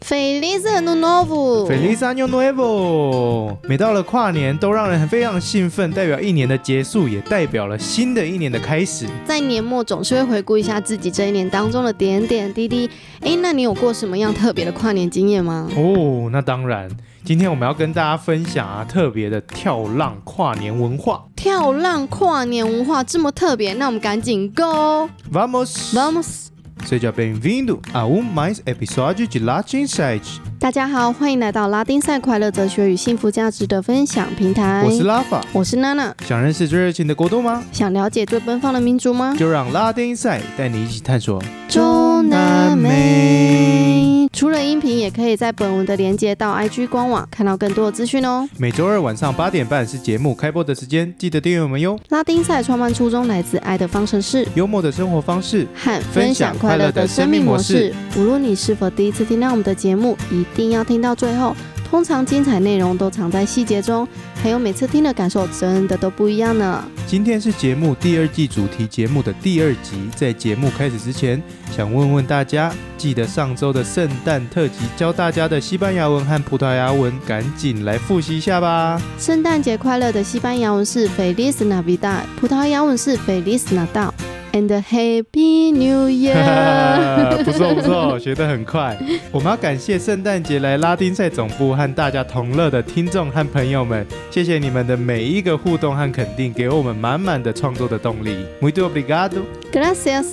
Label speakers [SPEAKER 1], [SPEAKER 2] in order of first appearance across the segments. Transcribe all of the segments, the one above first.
[SPEAKER 1] Feliz Ano Novo。
[SPEAKER 2] Feliz Año Nuevo！每到了跨年，都让人非常兴奋，代表一年的结束，也代表了新的一年的开始。
[SPEAKER 1] 在年末总是会回顾一下自己这一年当中的点点滴滴。哎，那你有过什么样特别的跨年经验吗？
[SPEAKER 2] 哦，那当然，今天我们要跟大家分享啊特别的跳浪跨年文化。
[SPEAKER 1] 跳浪跨年文化这么特别，那我们赶紧 go
[SPEAKER 2] Vamos！
[SPEAKER 1] vamos！
[SPEAKER 2] Seja bem-vindo a um mais episódio de Latin Insight。
[SPEAKER 1] 大家好，欢迎来到拉丁赛快乐哲学与幸福价值的分享平台。
[SPEAKER 2] 我是拉法，
[SPEAKER 1] 我是娜娜，
[SPEAKER 2] 想认识最热情的国度吗？
[SPEAKER 1] 想了解最奔放的民族吗？
[SPEAKER 2] 就让拉丁赛带你一起探索。
[SPEAKER 1] 中南美。除了音频，也可以在本文的连接到 IG 官网看到更多的资讯哦。
[SPEAKER 2] 每周二晚上八点半是节目开播的时间，记得订阅我们哟。
[SPEAKER 1] 拉丁赛创办初衷来自爱的方程式
[SPEAKER 2] 幽默的生活方式，
[SPEAKER 1] 和分享快乐的生命模式。无论你是否第一次听到我们的节目，一定要听到最后。通常精彩内容都藏在细节中，还有每次听的感受真的都不一样呢。
[SPEAKER 2] 今天是节目第二季主题节目的第二集，在节目开始之前，想问问大家，记得上周的圣诞特辑教大家的西班牙文和葡萄牙文，赶紧来复习一下吧。
[SPEAKER 1] 圣诞节快乐的西班牙文是 Feliz Navidad，葡萄牙文是 Feliz Natal，and Happy New Year。
[SPEAKER 2] 不错不错，学得很快。我们要感谢圣诞节来拉丁赛总部和大家同乐的听众和朋友们，谢谢你们的每一个互动和肯定，给我们满满的创作的动力。Muito obrigado。
[SPEAKER 1] Gracias。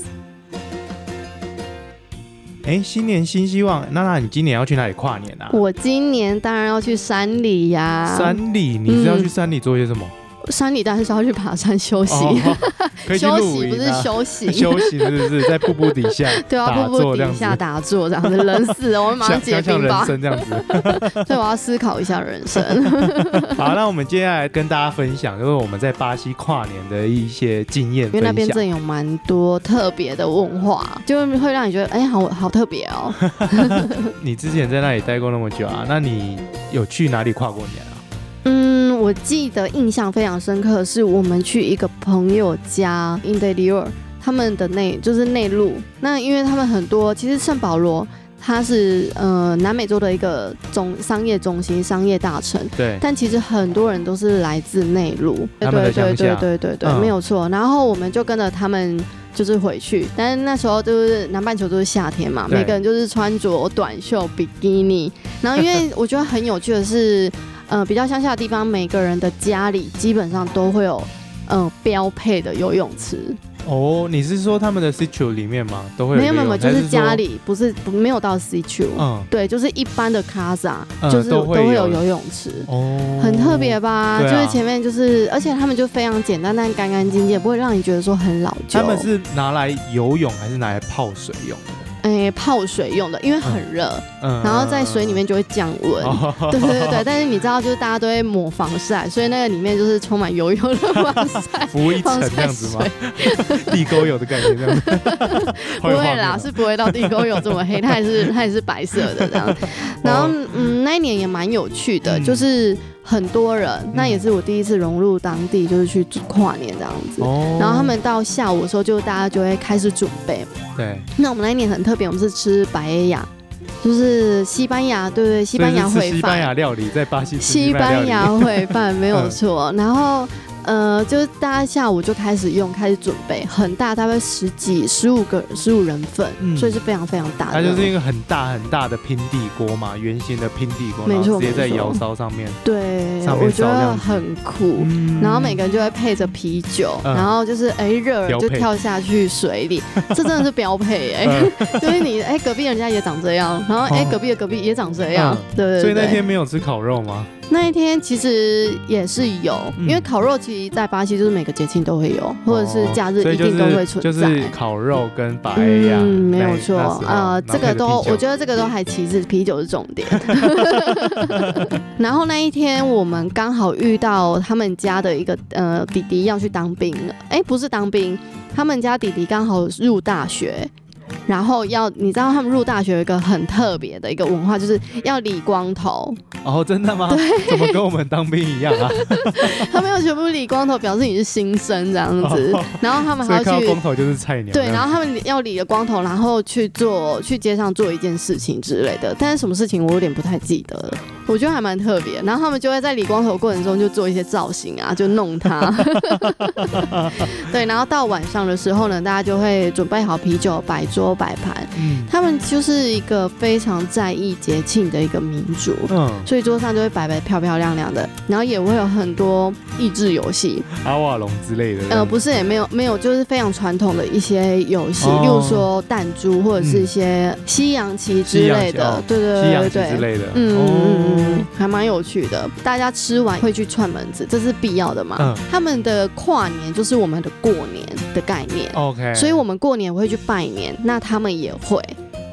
[SPEAKER 2] 哎，新年新希望，娜娜，你今年要去哪里跨年啊？
[SPEAKER 1] 我今年当然要去山里呀、
[SPEAKER 2] 山里，你是要
[SPEAKER 1] 嗯
[SPEAKER 2] 去山里做些什么？
[SPEAKER 1] 山里当然是要去爬山休息，
[SPEAKER 2] 哦， 可以去
[SPEAKER 1] 休
[SPEAKER 2] 露
[SPEAKER 1] 息不
[SPEAKER 2] 营
[SPEAKER 1] 是
[SPEAKER 2] 啊。。
[SPEAKER 1] 休息
[SPEAKER 2] 休息是不是在瀑布底下
[SPEAKER 1] 对啊，
[SPEAKER 2] 打
[SPEAKER 1] 瀑布
[SPEAKER 2] 坐这样
[SPEAKER 1] 底
[SPEAKER 2] 子？
[SPEAKER 1] 下打坐这样子，冷死 了，我们马上
[SPEAKER 2] 想
[SPEAKER 1] 结
[SPEAKER 2] 想想
[SPEAKER 1] 冰
[SPEAKER 2] 人
[SPEAKER 1] 吧。
[SPEAKER 2] 生这样子。
[SPEAKER 1] 所以我要思考一下人生。
[SPEAKER 2] 好，那我们接下来跟大家分享，就是我们在巴西跨年的一些经验
[SPEAKER 1] 因为
[SPEAKER 2] 分
[SPEAKER 1] 那边真
[SPEAKER 2] 享。
[SPEAKER 1] 的有蛮多特别的文化，就会让你觉得，哎、好好特别 哦。
[SPEAKER 2] 你之前在那里待过那么久啊，那你有去哪里跨过年啊？
[SPEAKER 1] 嗯，我记得印象非常深刻的是，我们去一个朋友家 interior，他们的内就是内陆。那因为他们很多，其实圣保罗它是呃南美洲的一个中商业中心、商业大城，
[SPEAKER 2] 对，
[SPEAKER 1] 但其实很多人都是来自内陆，对
[SPEAKER 2] 他们的
[SPEAKER 1] 对对
[SPEAKER 2] 乡下
[SPEAKER 1] 对对对对，
[SPEAKER 2] 嗯
[SPEAKER 1] 没有错。然后我们就跟着他们。就是回去，但是那时候就是南半球都是夏天嘛，
[SPEAKER 2] 对
[SPEAKER 1] 每个人就是穿着短袖、比基尼。然后因为我觉得很有趣的是，呃，比较乡下的地方，每个人的家里基本上都会有呃标配的游泳池，
[SPEAKER 2] 哦，你是说他们的 situ 里面吗？都会
[SPEAKER 1] 没有
[SPEAKER 2] 游
[SPEAKER 1] 没有，没有
[SPEAKER 2] 泳
[SPEAKER 1] 就
[SPEAKER 2] 还
[SPEAKER 1] 是
[SPEAKER 2] 是
[SPEAKER 1] 家
[SPEAKER 2] 说，
[SPEAKER 1] 里不是不没有到 C 区，
[SPEAKER 2] 嗯，
[SPEAKER 1] 对，就是一般的 casa，、
[SPEAKER 2] 嗯
[SPEAKER 1] 就是
[SPEAKER 2] 都
[SPEAKER 1] 都
[SPEAKER 2] 会
[SPEAKER 1] 会
[SPEAKER 2] 有
[SPEAKER 1] 有游泳池。
[SPEAKER 2] 哦，
[SPEAKER 1] 很特别。吧？
[SPEAKER 2] 对啊
[SPEAKER 1] 就是前面就是，而且他们就非常简单，但干干净净，不会让你觉得说很老旧。
[SPEAKER 2] 他们是拿来游泳还是拿来泡水用的？
[SPEAKER 1] 哎、泡水用的，因为很热，
[SPEAKER 2] 嗯
[SPEAKER 1] 然后在水里面就会降温。
[SPEAKER 2] 哦。
[SPEAKER 1] 对对对对，但是你知道，就是大家都会抹防晒，所以那个里面就是充满油油的 防晒
[SPEAKER 2] 浮一层
[SPEAKER 1] 防
[SPEAKER 2] 这
[SPEAKER 1] 晒
[SPEAKER 2] 样子吗
[SPEAKER 1] 水？
[SPEAKER 2] 地沟油的感觉 这样子？
[SPEAKER 1] 不
[SPEAKER 2] 会有画
[SPEAKER 1] 会
[SPEAKER 2] 面吗
[SPEAKER 1] 啦，是不会到地沟油这么黑，它也是它也是白色的这 样。然后嗯，那一年也蛮有趣的，
[SPEAKER 2] 嗯
[SPEAKER 1] 就是很多人，那也是我第一次融入当地，就是去跨年这样子。
[SPEAKER 2] 哦
[SPEAKER 1] 然后他们到下午的时候，就大家就会开始准备。
[SPEAKER 2] 对，
[SPEAKER 1] 那我们那一年很特别，我们是吃白牙，就是西班牙，对对，西班牙
[SPEAKER 2] 所
[SPEAKER 1] 烩
[SPEAKER 2] 以是吃西班
[SPEAKER 1] 饭，
[SPEAKER 2] 牙料理在巴西吃
[SPEAKER 1] 西
[SPEAKER 2] 班
[SPEAKER 1] 班
[SPEAKER 2] 料理
[SPEAKER 1] 牙烩 饭没有错。然后呃，就是大家下午就开始用，开始准备，很大，大概十几、十五个、十五人份，
[SPEAKER 2] 嗯
[SPEAKER 1] 所以是非常非常大
[SPEAKER 2] 它
[SPEAKER 1] 的。
[SPEAKER 2] 就是一个很大很大的平底锅嘛，圆形的平底锅，
[SPEAKER 1] 没
[SPEAKER 2] 然后
[SPEAKER 1] 错
[SPEAKER 2] 直接在
[SPEAKER 1] 没错
[SPEAKER 2] 窑烧上面。
[SPEAKER 1] 对，
[SPEAKER 2] 上面
[SPEAKER 1] 我觉
[SPEAKER 2] 烧这
[SPEAKER 1] 得
[SPEAKER 2] 样子
[SPEAKER 1] 很酷。然后每个人就会配着啤酒，
[SPEAKER 2] 嗯
[SPEAKER 1] 然后就是哎热
[SPEAKER 2] 标
[SPEAKER 1] 了就
[SPEAKER 2] 配
[SPEAKER 1] 跳下去水里，这真的是标配 哎、
[SPEAKER 2] 嗯
[SPEAKER 1] 就是你哎、隔壁人家也长这样，然后哎、
[SPEAKER 2] 哦嗯
[SPEAKER 1] 隔壁的隔壁也长这样，对对对。
[SPEAKER 2] 所以那天没有吃烤肉吗？
[SPEAKER 1] 那一天其实也是有，
[SPEAKER 2] 嗯
[SPEAKER 1] 因为烤肉其实在巴西就是每个节庆都会有，或者是假日
[SPEAKER 2] 哦所
[SPEAKER 1] 一
[SPEAKER 2] 以就
[SPEAKER 1] 定
[SPEAKER 2] 是
[SPEAKER 1] 都会存在。
[SPEAKER 2] 就是烤肉跟白呀，
[SPEAKER 1] 嗯，没
[SPEAKER 2] 那
[SPEAKER 1] 有错
[SPEAKER 2] 那时候
[SPEAKER 1] 啊、呃，
[SPEAKER 2] 然后
[SPEAKER 1] 这
[SPEAKER 2] 配
[SPEAKER 1] 个
[SPEAKER 2] 着
[SPEAKER 1] 都
[SPEAKER 2] 啤酒
[SPEAKER 1] 我觉得这个都还其次，啤酒是重点。 然后那一天我们刚好遇到他们家的一个呃弟弟要去当兵了，哎，不是当兵，他们家弟弟刚好入大学。然后要你知道他们入大学有一个很特别的一个文化，就是要理光头，
[SPEAKER 2] 哦，真的吗？怎么跟我们当兵一样 啊？
[SPEAKER 1] 他们要全部理光头，表示你是新生这样 子
[SPEAKER 2] 哦。
[SPEAKER 1] 然后他们
[SPEAKER 2] 所
[SPEAKER 1] 还要
[SPEAKER 2] 以看到
[SPEAKER 1] 去
[SPEAKER 2] 光头就是菜鸟。
[SPEAKER 1] 对，然后他们要理了光头，然后去做去街上做一件事情之类的，但是什么事情我有点不太记得了，我觉得还蛮特别。然后他们就会在理光头过程中就做一些造型啊，就弄他。 对，然后到晚上的时候呢，大家就会准备好啤酒，摆桌摆盘。
[SPEAKER 2] 嗯
[SPEAKER 1] 他们就是一个非常在意节庆的一个民族。
[SPEAKER 2] 嗯，
[SPEAKER 1] 所以桌上就会摆摆漂漂亮亮的，然后也会有很多益智游戏，
[SPEAKER 2] 阿瓦隆之类的。
[SPEAKER 1] 呃，不是，也没有没有，就是非常传统的一些游戏，
[SPEAKER 2] 哦嗯
[SPEAKER 1] 例如说弹珠或者是一些西洋棋之类
[SPEAKER 2] 西洋棋哦
[SPEAKER 1] 的，对对
[SPEAKER 2] 西洋
[SPEAKER 1] 对对
[SPEAKER 2] 棋之
[SPEAKER 1] 对。
[SPEAKER 2] 类的。
[SPEAKER 1] 嗯嗯嗯嗯
[SPEAKER 2] 哦，，
[SPEAKER 1] 还蛮有趣的。大家吃完会去串门子，这是必要的嘛？
[SPEAKER 2] 嗯
[SPEAKER 1] 他们的跨年就是我们的过年的概念，
[SPEAKER 2] OK。
[SPEAKER 1] 所以我们过年会去拜年，那他们也会。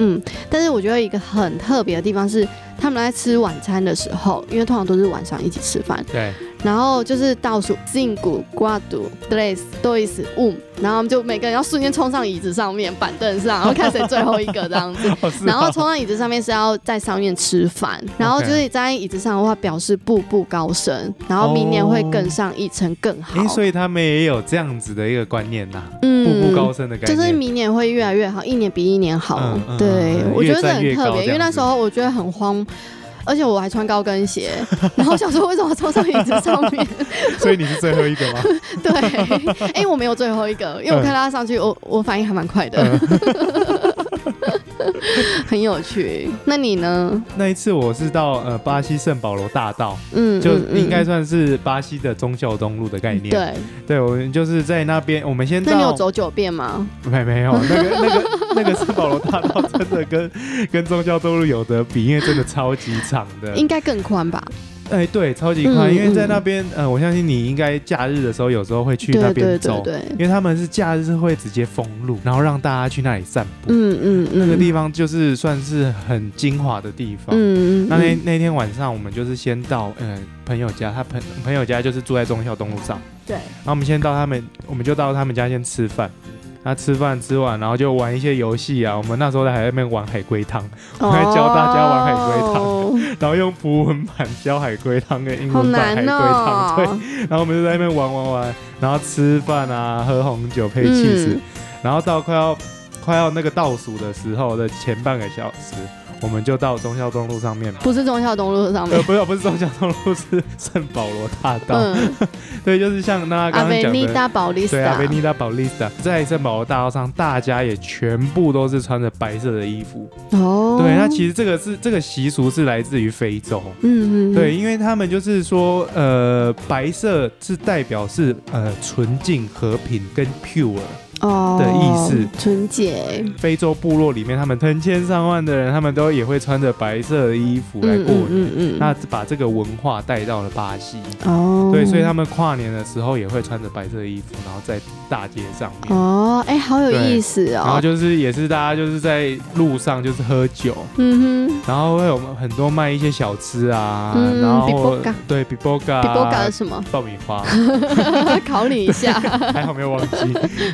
[SPEAKER 1] 嗯，但是我觉得一个很特别的地方是，他们在吃晚餐的时候，因为通常都是晚上一起吃饭，
[SPEAKER 2] 对，
[SPEAKER 1] 然后就是倒数 cinco, quatro, tres, dois, um，然后我们就每个人要瞬间冲上椅子上面、板凳上，然后看谁最后一个这样子。
[SPEAKER 2] 哦 是啊
[SPEAKER 1] 然后冲上椅子上面是要在上面吃饭，然后就是站在椅子上的话，表示步步高升，然后明年会更上一层更好。
[SPEAKER 2] 哦诶，所以他们也有这样子的一个观念呐，
[SPEAKER 1] 嗯
[SPEAKER 2] 步步高升的概
[SPEAKER 1] 就
[SPEAKER 2] 念。
[SPEAKER 1] 是明年会越来越好，一年比一年好。
[SPEAKER 2] 嗯嗯
[SPEAKER 1] 对，
[SPEAKER 2] 嗯
[SPEAKER 1] 我觉得这
[SPEAKER 2] 越站越
[SPEAKER 1] 很
[SPEAKER 2] 高
[SPEAKER 1] 特别，因为
[SPEAKER 2] 这样
[SPEAKER 1] 那
[SPEAKER 2] 子
[SPEAKER 1] 时候我觉得很慌，而且我还穿高跟鞋， 然后想说为什么要冲上椅子上面？
[SPEAKER 2] 所以你是最后一个 吗？
[SPEAKER 1] 对，哎、我没有最后一个，
[SPEAKER 2] 嗯
[SPEAKER 1] 因为我看他上去，我我反应还蛮快的， 很有趣。那你呢？
[SPEAKER 2] 那一次我是到呃巴西圣保罗大道，
[SPEAKER 1] 嗯，
[SPEAKER 2] 就
[SPEAKER 1] 嗯嗯
[SPEAKER 2] 应该算是巴西的忠孝东路的概念。，
[SPEAKER 1] 对。
[SPEAKER 2] 对我们就是在那边，我们先
[SPEAKER 1] 那你有
[SPEAKER 2] 到。
[SPEAKER 1] 走九遍吗？
[SPEAKER 2] 没没有，那个那个那个圣保罗大道真的跟跟忠孝东路有得比，因为真的超级长的。
[SPEAKER 1] 应该更宽吧？
[SPEAKER 2] 哎，对，超级宽，
[SPEAKER 1] 嗯
[SPEAKER 2] 因为在那边，呃，我相信你应该假日的时候有时候会去
[SPEAKER 1] 对
[SPEAKER 2] 那
[SPEAKER 1] 对
[SPEAKER 2] 边
[SPEAKER 1] 对
[SPEAKER 2] 走，
[SPEAKER 1] 对，
[SPEAKER 2] 因为他们是假日会直接封路，然后让大家去那里散步。
[SPEAKER 1] 嗯嗯嗯，
[SPEAKER 2] 那个地方就是算是很精华的地方。
[SPEAKER 1] 嗯，嗯嗯，
[SPEAKER 2] 那那那天晚上，我们就是先到呃朋友家，他朋朋友家就是住在忠孝东路上，
[SPEAKER 1] 对，
[SPEAKER 2] 然后我们先到他们，我们就到他们家先吃饭。他吃饭吃完，然后就玩一些游戏啊。我们那时候还在那边玩海龟汤， 我还教大家玩海龟 汤
[SPEAKER 1] 哦
[SPEAKER 2] 然后用葡文版教海龟汤跟英
[SPEAKER 1] 好
[SPEAKER 2] 文版海
[SPEAKER 1] 难
[SPEAKER 2] 龟汤，对。
[SPEAKER 1] 哦。
[SPEAKER 2] 然后我们就在那边玩玩玩，然后吃饭啊，喝红酒配
[SPEAKER 1] 嗯
[SPEAKER 2] cheese，、然后到快要快要那个倒数的时候的前半个小时，我们就到忠孝东路上面。
[SPEAKER 1] 不是忠孝东路上
[SPEAKER 2] 呃，
[SPEAKER 1] 面，
[SPEAKER 2] 不是，不是忠孝东路，是圣保罗大道。
[SPEAKER 1] 嗯，
[SPEAKER 2] 对，就是像那
[SPEAKER 1] 阿
[SPEAKER 2] 刚刚
[SPEAKER 1] 维
[SPEAKER 2] 讲
[SPEAKER 1] 尼
[SPEAKER 2] 的，
[SPEAKER 1] 达保利斯
[SPEAKER 2] 对，阿
[SPEAKER 1] 塔
[SPEAKER 2] 维，尼达保利斯塔，在圣保罗大道上，大家也全部都是穿着白色的衣服。
[SPEAKER 1] 哦，
[SPEAKER 2] 对，那其实这个是这个习俗是来自于非洲。
[SPEAKER 1] 嗯，嗯嗯，
[SPEAKER 2] 对，因为他们就是说，呃，白色是代表是呃纯净、和平跟 pure。
[SPEAKER 1] 哦
[SPEAKER 2] 的意
[SPEAKER 1] 思，纯洁，
[SPEAKER 2] 非洲部落里面，他们成千上万的人，他们都也会穿着白色的衣服来
[SPEAKER 1] 嗯嗯
[SPEAKER 2] 过年。
[SPEAKER 1] 嗯嗯，
[SPEAKER 2] 那把这个文化带到了巴西，
[SPEAKER 1] 哦，
[SPEAKER 2] 对，所以他们跨年的时候也会穿着白色的衣服，然后在大街上面，
[SPEAKER 1] 哦，哎、好有
[SPEAKER 2] 对
[SPEAKER 1] 意思
[SPEAKER 2] 然后
[SPEAKER 1] 哦。
[SPEAKER 2] 就是也是大家就是在路上就是喝酒，
[SPEAKER 1] 嗯哼，
[SPEAKER 2] 然后会有很多卖一些小吃啊，
[SPEAKER 1] 嗯
[SPEAKER 2] 然后
[SPEAKER 1] pipoca
[SPEAKER 2] 对比波嘎，
[SPEAKER 1] 比波嘎是什么？
[SPEAKER 2] 爆米花，
[SPEAKER 1] 啊
[SPEAKER 2] 啊
[SPEAKER 1] 考你一下。
[SPEAKER 2] 还好没有忘记。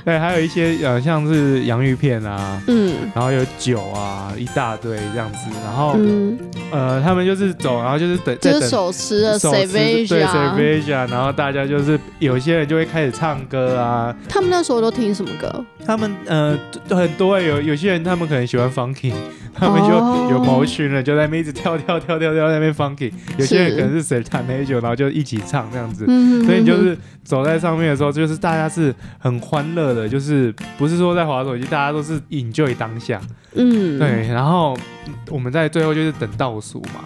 [SPEAKER 2] 对，还有一些呃，像是洋芋片啊，
[SPEAKER 1] 嗯
[SPEAKER 2] 然后有酒啊，一大堆这样子。然后、
[SPEAKER 1] 嗯，
[SPEAKER 2] 呃，他们就是走，然后就是等，
[SPEAKER 1] 就
[SPEAKER 2] 哦在
[SPEAKER 1] 是
[SPEAKER 2] 等
[SPEAKER 1] 手持的
[SPEAKER 2] 手持对
[SPEAKER 1] Savage
[SPEAKER 2] ，Cerveja，然后大家就是有些人就会开始唱歌啊。
[SPEAKER 1] 他们那时候都听什么歌？
[SPEAKER 2] 他们呃就很多有有些人他们可能喜欢 funky，他 们就
[SPEAKER 1] 哦
[SPEAKER 2] 有毛群了，就在那边一直跳跳跳跳跳在那边 funky。有些人
[SPEAKER 1] 是
[SPEAKER 2] 可能是 s e r t a n e j o 然后就一起唱这样子。
[SPEAKER 1] 嗯，
[SPEAKER 2] 所以你就是走在上面的时候，就是大家是很欢乐的，就是不是说在滑手机，大家都是 enjoy 当下。
[SPEAKER 1] 嗯，
[SPEAKER 2] 对，然后嗯我们在最后就是等倒数嘛，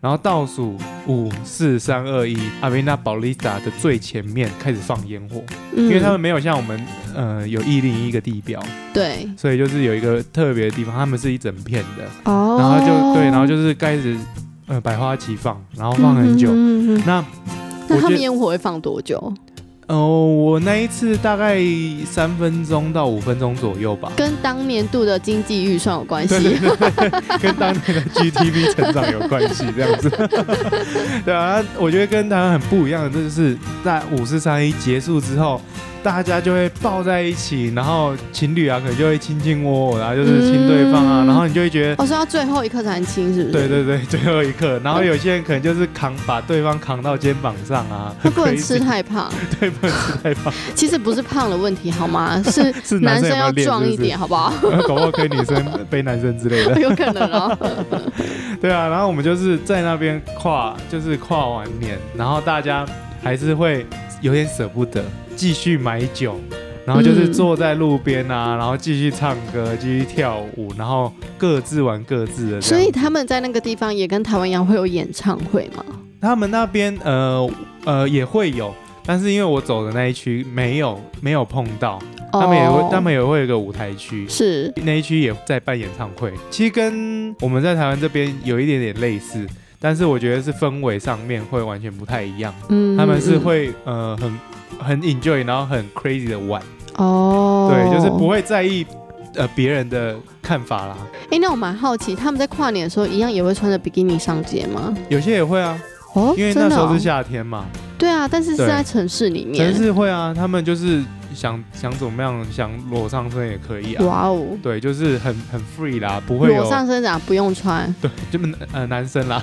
[SPEAKER 2] 然后倒数五四三二一，阿维纳保利达的最前面开始放烟火，
[SPEAKER 1] 嗯，
[SPEAKER 2] 因
[SPEAKER 1] 因
[SPEAKER 2] 为他们没有像我们呃有一零一个地标，
[SPEAKER 1] 对
[SPEAKER 2] 所以就是有一个特别的地方，他们是一整片的，
[SPEAKER 1] 哦，
[SPEAKER 2] 然后就对，然后就是开始呃百花齐放，然后放很久。
[SPEAKER 1] 嗯嗯嗯嗯
[SPEAKER 2] 那
[SPEAKER 1] 那他
[SPEAKER 2] 我觉
[SPEAKER 1] 们
[SPEAKER 2] 得
[SPEAKER 1] 烟火会放多久？
[SPEAKER 2] 哦，我那一次大概三分钟到五分钟左右 吧，
[SPEAKER 1] 跟当年度的经济预算有关
[SPEAKER 2] 对
[SPEAKER 1] 系
[SPEAKER 2] 对。对对，跟当年的 GTV 成长有关系，这样子。对啊，我觉得跟台湾很不一样的，就是在五四三一结束之后，大家就会抱在一起，然后情侣啊可能就会亲亲我我，然后就是亲对方啊，
[SPEAKER 1] 嗯
[SPEAKER 2] 然后你就会觉得。
[SPEAKER 1] 哦，是要最后一刻才能亲，是不是？
[SPEAKER 2] 对对对，最后一刻，然后有些人可能就是扛把对方扛到肩膀上啊，
[SPEAKER 1] 会不能吃
[SPEAKER 2] crazy
[SPEAKER 1] 太胖，
[SPEAKER 2] 对，不能吃太胖，
[SPEAKER 1] 其实不是胖的问题，好 吗？是
[SPEAKER 2] 是
[SPEAKER 1] 男
[SPEAKER 2] 生
[SPEAKER 1] 生要
[SPEAKER 2] 有没有
[SPEAKER 1] 壮
[SPEAKER 2] 练
[SPEAKER 1] 一点，，好不 好？
[SPEAKER 2] 是不是搞不好可以女生背男生之类的，
[SPEAKER 1] 有可能哦。
[SPEAKER 2] 对啊，然后我们就是在那边跨，就是跨完年，然后大家还是会有点舍不得，继续买酒，然后就是
[SPEAKER 1] 嗯
[SPEAKER 2] 坐在路边啊，然后继续唱歌，继续跳舞，然后各自玩各自的这样。
[SPEAKER 1] 所以他们在那个地方也跟台湾一样会有演唱会吗？
[SPEAKER 2] 他们那边呃呃也会有，但是因为我走的那一区没有没有碰到，他们也会、
[SPEAKER 1] 哦
[SPEAKER 2] 他们也会有一个舞台区，
[SPEAKER 1] 是
[SPEAKER 2] 那一区也在办演唱会，其实跟我们在台湾这边有一点点类似，但是我觉得是氛围上面会完全不太一样。
[SPEAKER 1] 嗯，
[SPEAKER 2] 他们是
[SPEAKER 1] 嗯
[SPEAKER 2] 会呃很很 enjoy，然后很 crazy 的玩，
[SPEAKER 1] 哦，
[SPEAKER 2] 对，就是不会在意呃别人的看法啦。
[SPEAKER 1] 哎，那我蛮好奇，他们在跨年的时候一样也会穿着比基尼上街吗？
[SPEAKER 2] 有些也会啊，
[SPEAKER 1] 哦，
[SPEAKER 2] 因为
[SPEAKER 1] 真
[SPEAKER 2] 那
[SPEAKER 1] 的
[SPEAKER 2] 时
[SPEAKER 1] 哦
[SPEAKER 2] 候是夏天嘛，
[SPEAKER 1] 对啊，但是是
[SPEAKER 2] 对
[SPEAKER 1] 在城市里面
[SPEAKER 2] 城。市会啊，他们就是想想怎么样，想裸上身也可以啊。
[SPEAKER 1] 哇哦，
[SPEAKER 2] 对，就是很很 free 啦，不会有
[SPEAKER 1] 裸上身啊，不用穿。
[SPEAKER 2] 对，就是呃男生啦，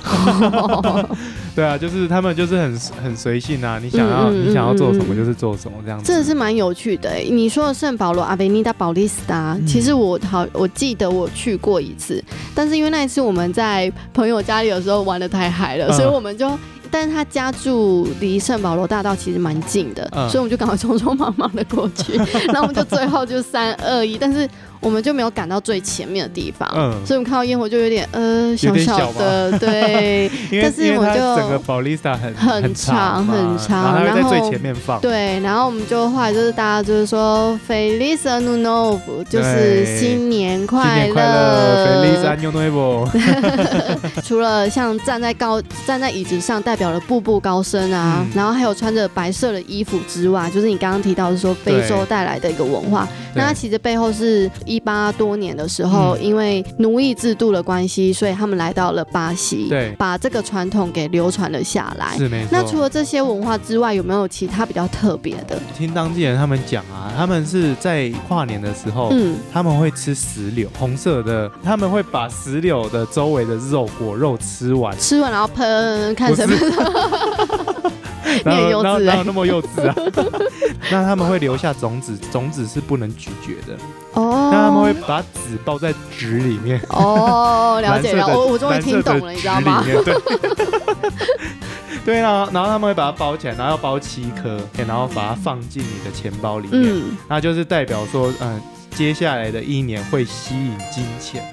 [SPEAKER 2] 对啊，就是他们就是很很随性啊，你想要、
[SPEAKER 1] 嗯嗯嗯
[SPEAKER 2] 你想要做什
[SPEAKER 1] 嗯
[SPEAKER 2] 么
[SPEAKER 1] 嗯
[SPEAKER 2] 就是做什么这样子。
[SPEAKER 1] 真的是蛮有趣的欸。你说的圣保罗阿维尼达保利斯达，
[SPEAKER 2] 嗯
[SPEAKER 1] 其实我好我记得我去过一次，但是因为那一次我们在朋友家里的时候玩的太嗨了，
[SPEAKER 2] 嗯
[SPEAKER 1] 所以我们就。但是他家住离圣保罗大道其实蛮近的，
[SPEAKER 2] 嗯
[SPEAKER 1] 所以我们就赶快匆匆忙忙的过 去，然后我们就最后就三二一，但是我们就没有赶到最前面的地方，
[SPEAKER 2] 嗯
[SPEAKER 1] 所以我们看到烟火就有点呃
[SPEAKER 2] 有
[SPEAKER 1] 小
[SPEAKER 2] 点
[SPEAKER 1] 小的， 对，
[SPEAKER 2] 因为
[SPEAKER 1] 但是
[SPEAKER 2] 因为
[SPEAKER 1] 我
[SPEAKER 2] 它
[SPEAKER 1] 就
[SPEAKER 2] 整个 Ballista 很
[SPEAKER 1] 很
[SPEAKER 2] 长
[SPEAKER 1] 长
[SPEAKER 2] 嘛
[SPEAKER 1] 很长
[SPEAKER 2] 然后
[SPEAKER 1] 然
[SPEAKER 2] 它会在
[SPEAKER 1] 后
[SPEAKER 2] 最前面放，
[SPEAKER 1] 对，然后我们就后来就是大家就是说 Feliz Ano Novo，就是
[SPEAKER 2] 对
[SPEAKER 1] 新年
[SPEAKER 2] 新
[SPEAKER 1] 快
[SPEAKER 2] 年快乐，Feliz Año Nuevo。
[SPEAKER 1] 除了像站在高站在椅子上代表了步步高升啊，
[SPEAKER 2] 嗯
[SPEAKER 1] 然后还有穿着白色的衣服之外，就是你刚刚提到是说非洲
[SPEAKER 2] 对
[SPEAKER 1] 带来的一个文化。那它
[SPEAKER 2] 对
[SPEAKER 1] 其实背后是一八多年的时候，
[SPEAKER 2] 嗯
[SPEAKER 1] 因为奴役制度的关系，所以他们来到了巴西，
[SPEAKER 2] 对
[SPEAKER 1] 把这个传统给流传了下来。
[SPEAKER 2] 是没错。
[SPEAKER 1] 那除了这些文化之外，有没有其他比较特别的？
[SPEAKER 2] 听当地人他们讲啊，他们是在跨年的时候，
[SPEAKER 1] 嗯，
[SPEAKER 2] 他们会吃石榴，红色的，他们会把石榴的周围的肉果肉吃完。
[SPEAKER 1] 吃完然后喷，看
[SPEAKER 2] 不
[SPEAKER 1] 什
[SPEAKER 2] 是
[SPEAKER 1] 么？
[SPEAKER 2] 然
[SPEAKER 1] 你很幼
[SPEAKER 2] 后然后
[SPEAKER 1] 稚
[SPEAKER 2] 然
[SPEAKER 1] 欸
[SPEAKER 2] 后那么幼稚啊？ 那他们会留下种子，种子是不能咀嚼的。
[SPEAKER 1] 哦，
[SPEAKER 2] 那他们会把籽包在纸里面。
[SPEAKER 1] 哦，了解
[SPEAKER 2] 蓝
[SPEAKER 1] 了，
[SPEAKER 2] 色的
[SPEAKER 1] 我我终于听懂了，你知道吗
[SPEAKER 2] 蓝？色的纸里面对。 对啊，然后他们会把它包起来，然后要包七颗，然后把它放进你的钱包里面，
[SPEAKER 1] 嗯，
[SPEAKER 2] 那就是代表说，嗯，接下来的一年会吸引金钱，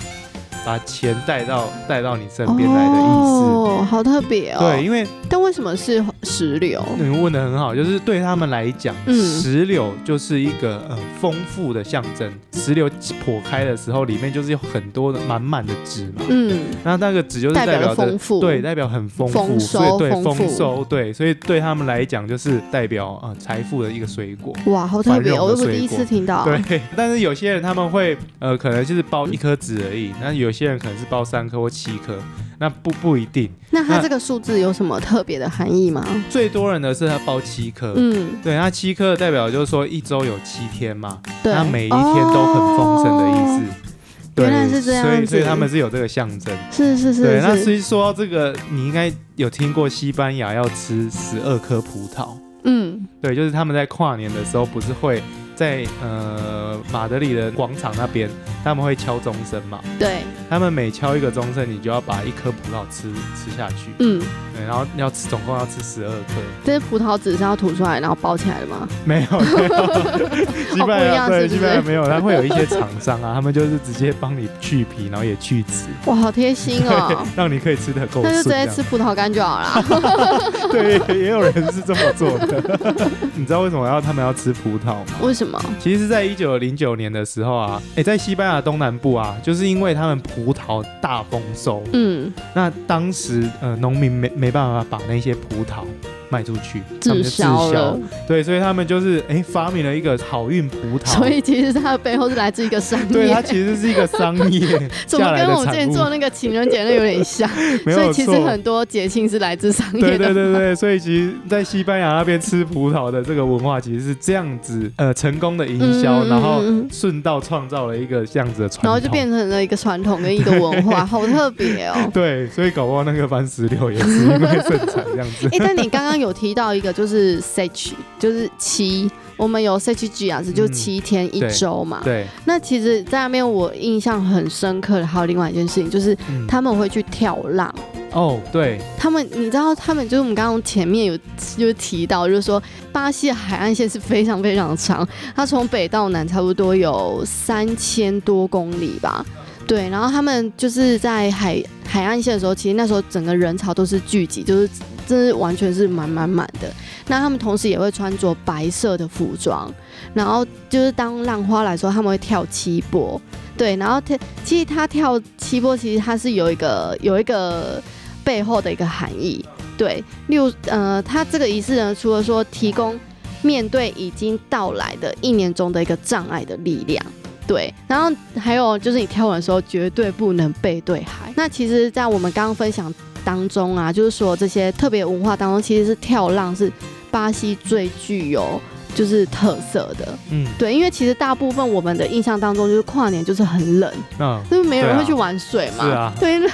[SPEAKER 2] 把钱带到带到你身边来的意思。
[SPEAKER 1] 哦，好特别哦。
[SPEAKER 2] 对，，因为
[SPEAKER 1] 但为什么是石榴？
[SPEAKER 2] 你们问的很好，就是对他们来讲，
[SPEAKER 1] 嗯
[SPEAKER 2] 石榴就是一个呃丰富的象征。石榴破开的时候，里面就是有很多的满满的籽嘛。
[SPEAKER 1] 嗯，
[SPEAKER 2] 那那个籽就是
[SPEAKER 1] 代
[SPEAKER 2] 代
[SPEAKER 1] 表
[SPEAKER 2] 表
[SPEAKER 1] 了
[SPEAKER 2] 着
[SPEAKER 1] 丰富。
[SPEAKER 2] 对，，代表很丰富，
[SPEAKER 1] 丰收
[SPEAKER 2] 所以对
[SPEAKER 1] 丰富
[SPEAKER 2] 丰收，对，所以对他们来讲就是代表啊财富的一个水果。
[SPEAKER 1] 哇，好特别哦，
[SPEAKER 2] 繁荣的
[SPEAKER 1] 我我第一
[SPEAKER 2] 水
[SPEAKER 1] 次听到。
[SPEAKER 2] 对，但是有些人他们会呃，可能就是包一颗籽而已，那有些人可能是包三颗或七颗，那不不一定。
[SPEAKER 1] 那它
[SPEAKER 2] 那
[SPEAKER 1] 这个数字有什么特别的含义吗？
[SPEAKER 2] 最多人的是他包七颗，
[SPEAKER 1] 嗯，
[SPEAKER 2] 对，那七颗代表就是说一周有七天嘛，
[SPEAKER 1] 对。
[SPEAKER 2] 那每一天都很丰盛的意
[SPEAKER 1] 哦。
[SPEAKER 2] 思。对，
[SPEAKER 1] 原来是这样
[SPEAKER 2] 所以所以
[SPEAKER 1] 子
[SPEAKER 2] 他们是有这个象征。
[SPEAKER 1] 是是
[SPEAKER 2] 对，那
[SPEAKER 1] 是
[SPEAKER 2] 所
[SPEAKER 1] 是，
[SPEAKER 2] 以说到这个，你应该有听过西班牙要吃十二颗葡萄。
[SPEAKER 1] 嗯，
[SPEAKER 2] 对，就是他们在跨年的时候，不是会在呃马德里的广场那边，他们会敲钟声嘛？
[SPEAKER 1] 对，
[SPEAKER 2] 他们每敲一个钟声，你就要把一颗葡萄吃吃下去。
[SPEAKER 1] 嗯，
[SPEAKER 2] 对，然后要吃，总共要吃十二颗。
[SPEAKER 1] 这是葡萄籽是要吐出来然后包起来的吗？
[SPEAKER 2] 没有，没有西班牙、
[SPEAKER 1] 哦不一样是
[SPEAKER 2] 对
[SPEAKER 1] 不是
[SPEAKER 2] 西班牙没有，他会有一些厂商啊，他们就是直接帮你去皮，然后也去籽，
[SPEAKER 1] 哇，好贴心 哦。
[SPEAKER 2] 让你可以吃的够
[SPEAKER 1] 那
[SPEAKER 2] 顺
[SPEAKER 1] 就直
[SPEAKER 2] 这
[SPEAKER 1] 接
[SPEAKER 2] 样。
[SPEAKER 1] 吃葡萄干就好啦。
[SPEAKER 2] 对，也有人是这么做的。 你知道为什么要他们要吃葡萄吗？
[SPEAKER 1] 为什么？
[SPEAKER 2] 其实，在一九零九年的时候啊，诶，在西班牙东南部啊，就是因为他们葡萄大丰收，
[SPEAKER 1] 嗯，
[SPEAKER 2] 那当时呃农民没没办法把那些葡萄卖出去，他
[SPEAKER 1] 滞
[SPEAKER 2] 们就滞
[SPEAKER 1] 销
[SPEAKER 2] 销
[SPEAKER 1] 了。，
[SPEAKER 2] 对，所以他们就是哎发明了一个好运葡萄，
[SPEAKER 1] 所以其实它的背后是来自一个商
[SPEAKER 2] 对它
[SPEAKER 1] 业，
[SPEAKER 2] 其实是一个商 业
[SPEAKER 1] 怎
[SPEAKER 2] 下
[SPEAKER 1] 么
[SPEAKER 2] 来
[SPEAKER 1] 跟
[SPEAKER 2] 的
[SPEAKER 1] 我们之
[SPEAKER 2] 产
[SPEAKER 1] 前做
[SPEAKER 2] 物，
[SPEAKER 1] 那个情人节那有点像？
[SPEAKER 2] 没
[SPEAKER 1] 所
[SPEAKER 2] 有
[SPEAKER 1] 以其实
[SPEAKER 2] 错。
[SPEAKER 1] 很多节庆是来自商
[SPEAKER 2] 对
[SPEAKER 1] 业
[SPEAKER 2] 对
[SPEAKER 1] 的。
[SPEAKER 2] 对对，所以其实，在西班牙那边吃葡萄的这个文化，其实是这样子，呃，成功的营销，
[SPEAKER 1] 嗯嗯嗯
[SPEAKER 2] 然后
[SPEAKER 1] 嗯嗯
[SPEAKER 2] 顺道创造了一个这样子的传统，
[SPEAKER 1] 然后就变成了一个传统跟一个文 化，好特别哦。
[SPEAKER 2] 对，所以搞不好那个番石榴也是因为盛产这样
[SPEAKER 1] 。
[SPEAKER 2] 子
[SPEAKER 1] 哎、但你刚刚有提到一个，就是 sech，就是七，我们有 sech g 啊，就
[SPEAKER 2] 嗯
[SPEAKER 1] 七天一
[SPEAKER 2] 对
[SPEAKER 1] 周嘛。
[SPEAKER 2] 对，
[SPEAKER 1] 那其实，在那边我印象很深刻的还有另外一件事情，就是
[SPEAKER 2] 嗯
[SPEAKER 1] 他们会去跳浪。
[SPEAKER 2] 哦，对，
[SPEAKER 1] 他们，你知道，他们就是我们刚刚前面有就是提到，就是说巴西的海岸线是非常非常长，它从北到南差不多有三千多公里吧。对，然后他们就是在海海岸线的时候，其实那时候整个人潮都是聚集，就是真是完全是满满满的。那他们同时也会穿着白色的服装，然后就是当浪花来说，他们会跳七波。对，然后他其实他跳七波，其实它是有一个有一个背后的一个含义。对，例如呃，它这个仪式呢，除了说提供面对已经到来的一年中的一个障碍的力量，对，然后还有就是你跳舞的时候绝对不能背对海。那其实，在我们刚刚分享当中啊，就是说这些特别文化当中，其实是跳浪是巴西最具有就是特色的。
[SPEAKER 2] 嗯，
[SPEAKER 1] 对，因为其实大部分我们的印象当中，就是跨年就是很冷，
[SPEAKER 2] 那
[SPEAKER 1] 就是没有人
[SPEAKER 2] 对啊
[SPEAKER 1] 会去玩水嘛。
[SPEAKER 2] 是啊
[SPEAKER 1] 对，对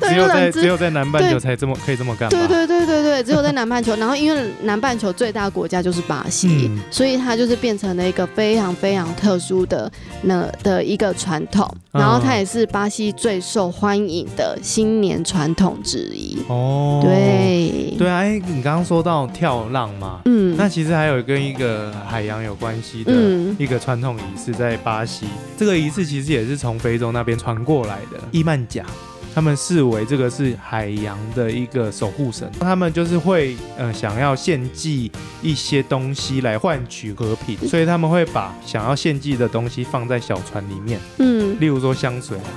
[SPEAKER 2] 只有
[SPEAKER 1] 冷
[SPEAKER 2] 在
[SPEAKER 1] 知
[SPEAKER 2] 只有在南半球
[SPEAKER 1] 对
[SPEAKER 2] 才这么可以这么干吧？
[SPEAKER 1] 对对对对对，只有在南半球， 然后因为南半球最大国家就是巴西，
[SPEAKER 2] 嗯
[SPEAKER 1] 所以它就是变成了一个非常非常特殊的那的一个传统，
[SPEAKER 2] 嗯
[SPEAKER 1] 然后它也是巴西最受欢迎的新年传统之一。
[SPEAKER 2] 哦，
[SPEAKER 1] 对，
[SPEAKER 2] 对啊，哎，你刚刚说到跳浪嘛，
[SPEAKER 1] 嗯
[SPEAKER 2] 那其实还有跟一个海洋有关系的。
[SPEAKER 1] 嗯
[SPEAKER 2] 一个传统仪式在巴西，这个仪式其实也是从非洲那边传过来的。伊曼甲，他们视为这个是海洋的一个守护神，他们就是会呃想要献祭一些东西来换取和 平，所以他们会把想要献祭的东西放在小船里面，
[SPEAKER 1] 嗯，
[SPEAKER 2] 例如说香水啊、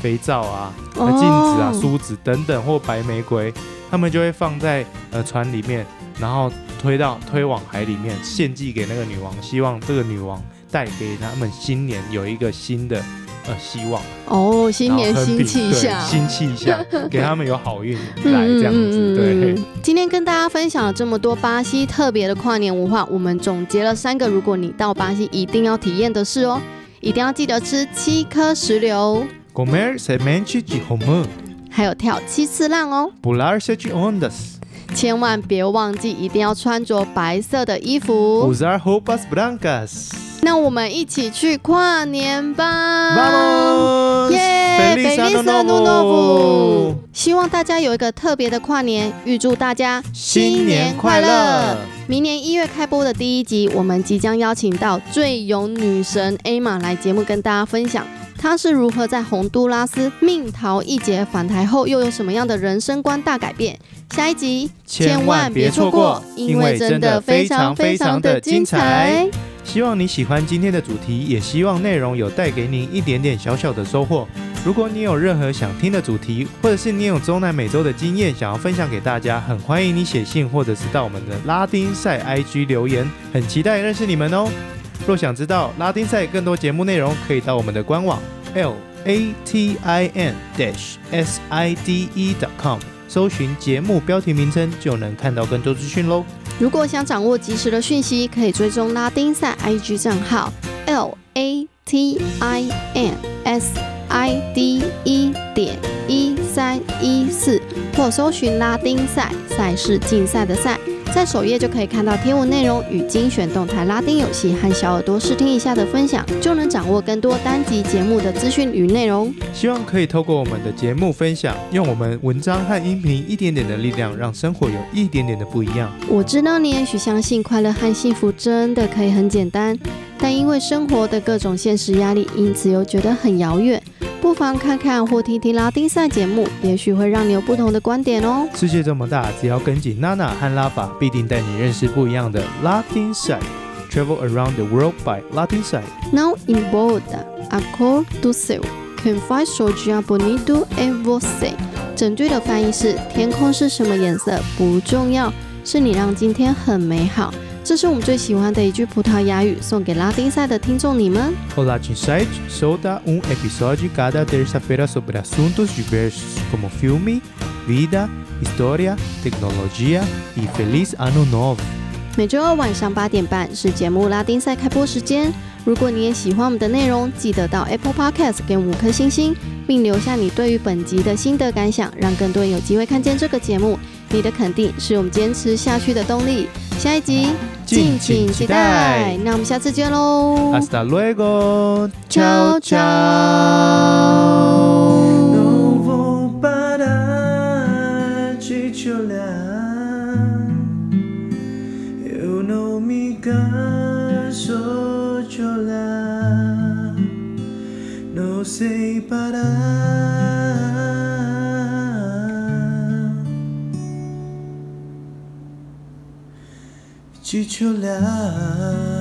[SPEAKER 2] 肥皂啊、
[SPEAKER 1] 哦
[SPEAKER 2] 呃镜子啊、梳子等等或白玫瑰，他们就会放在呃船里面，然后推到推往海里面献祭给那个女王，希望这个女王带给他们新年有一个新的呃希望，
[SPEAKER 1] 哦，新年
[SPEAKER 2] 然后
[SPEAKER 1] 新
[SPEAKER 2] happy，
[SPEAKER 1] 气
[SPEAKER 2] 对
[SPEAKER 1] 象。
[SPEAKER 2] 新气象， 给他们有好运
[SPEAKER 1] 嗯
[SPEAKER 2] 来这样子，对，，
[SPEAKER 1] 今天跟大家分享了这么多巴西特别的跨年文化，我们总结了三个，如果你到巴西一定要体验的事哦，一定要记得吃七颗石榴，
[SPEAKER 2] Comer se manche de homo,
[SPEAKER 1] 还有跳七次浪哦，
[SPEAKER 2] pular se de ondas,
[SPEAKER 1] 千万别忘记一定要穿着白色的衣服。
[SPEAKER 2] usar roupas blancas.
[SPEAKER 1] 那我们一起去跨年吧
[SPEAKER 2] Vamos!
[SPEAKER 1] 耶！
[SPEAKER 2] Feliz
[SPEAKER 1] Ah Feliz
[SPEAKER 2] Ano
[SPEAKER 1] Ano Novo！
[SPEAKER 2] Novo！
[SPEAKER 1] 希望大家有一个特别的跨年，预祝大家
[SPEAKER 2] 新年快乐
[SPEAKER 1] 明年一月开播的第一集，我们即将邀请到最有女神 A 玛来节目跟大家分享。她是如何在洪都拉斯命逃一劫返台后，又有什么样的人生观大改变？下一集
[SPEAKER 2] 千万别错过，因为真的非常非常的精彩。。希望你喜欢今天的主题，也希望内容有带给您一点点小小的收获。如果你有任何想听的主题，或者是你有中南美洲的经验想要分享给大家，很欢迎你写信或者是到我们的拉丁赛 IG 留言，很期待认识你们哦。若想知道拉丁赛更多节目内容，可以到我们的官网 l a t i n dash s i d e dot com 搜寻节目标题名称，就能看到更多资讯喽。
[SPEAKER 1] 如果想掌握及时的讯息，可以追踪拉丁赛 IG 账号 L A T I N S I D E 点一三一四，或搜寻拉丁赛赛事竞赛的赛，在首页就可以看到贴文内容与精选动态拉丁游戏和小耳朵试听一下的分享，就能掌握更多单集节目的资讯与内容。
[SPEAKER 2] 希望可以透过我们的节目分享，用我们文章和音频一点点的力量，让生活有一点点的不一样。
[SPEAKER 1] 我知道你也许相信快乐和幸福真的可以很简单，但因为生活的各种现实压力，因此又觉得很遥远。不妨看看或听听拉丁赛节目，也许会让你有不同的观点哦。
[SPEAKER 2] 世界这么大，只要跟紧娜娜和拉法，必定带你认识不一样的拉丁赛。Travel around the world by Latin side。
[SPEAKER 1] Não importa a cor do céu, quem faz surgir bonito é você。整句的翻译是：天空是什么颜色不重要，是你让今天很美好。这是我们最喜欢的一句葡萄牙语，送给拉丁赛的听众你们。
[SPEAKER 2] Olá, Insight. Solta um episódio cada terça-feira sobre assuntos diversos como filme, vida, história, tecnologia e feliz ano novo.
[SPEAKER 1] 每周二晚上八点半是节目拉丁赛开播时间。如果你也喜欢我们的内容，记得到 Apple Podcast 给我们五颗星星，并留下你对于本集的心得感想，让更多人有机会看见这个节目。你的肯定是我们坚持下去的动力。下一集
[SPEAKER 2] 敬请期待。
[SPEAKER 1] 那我们下次见喽
[SPEAKER 2] Hasta luego.
[SPEAKER 1] Tchau,
[SPEAKER 2] tchau.
[SPEAKER 3] Não vou parar de te olhar. Eu não me canso de olhar. Não sei parar de te olhar.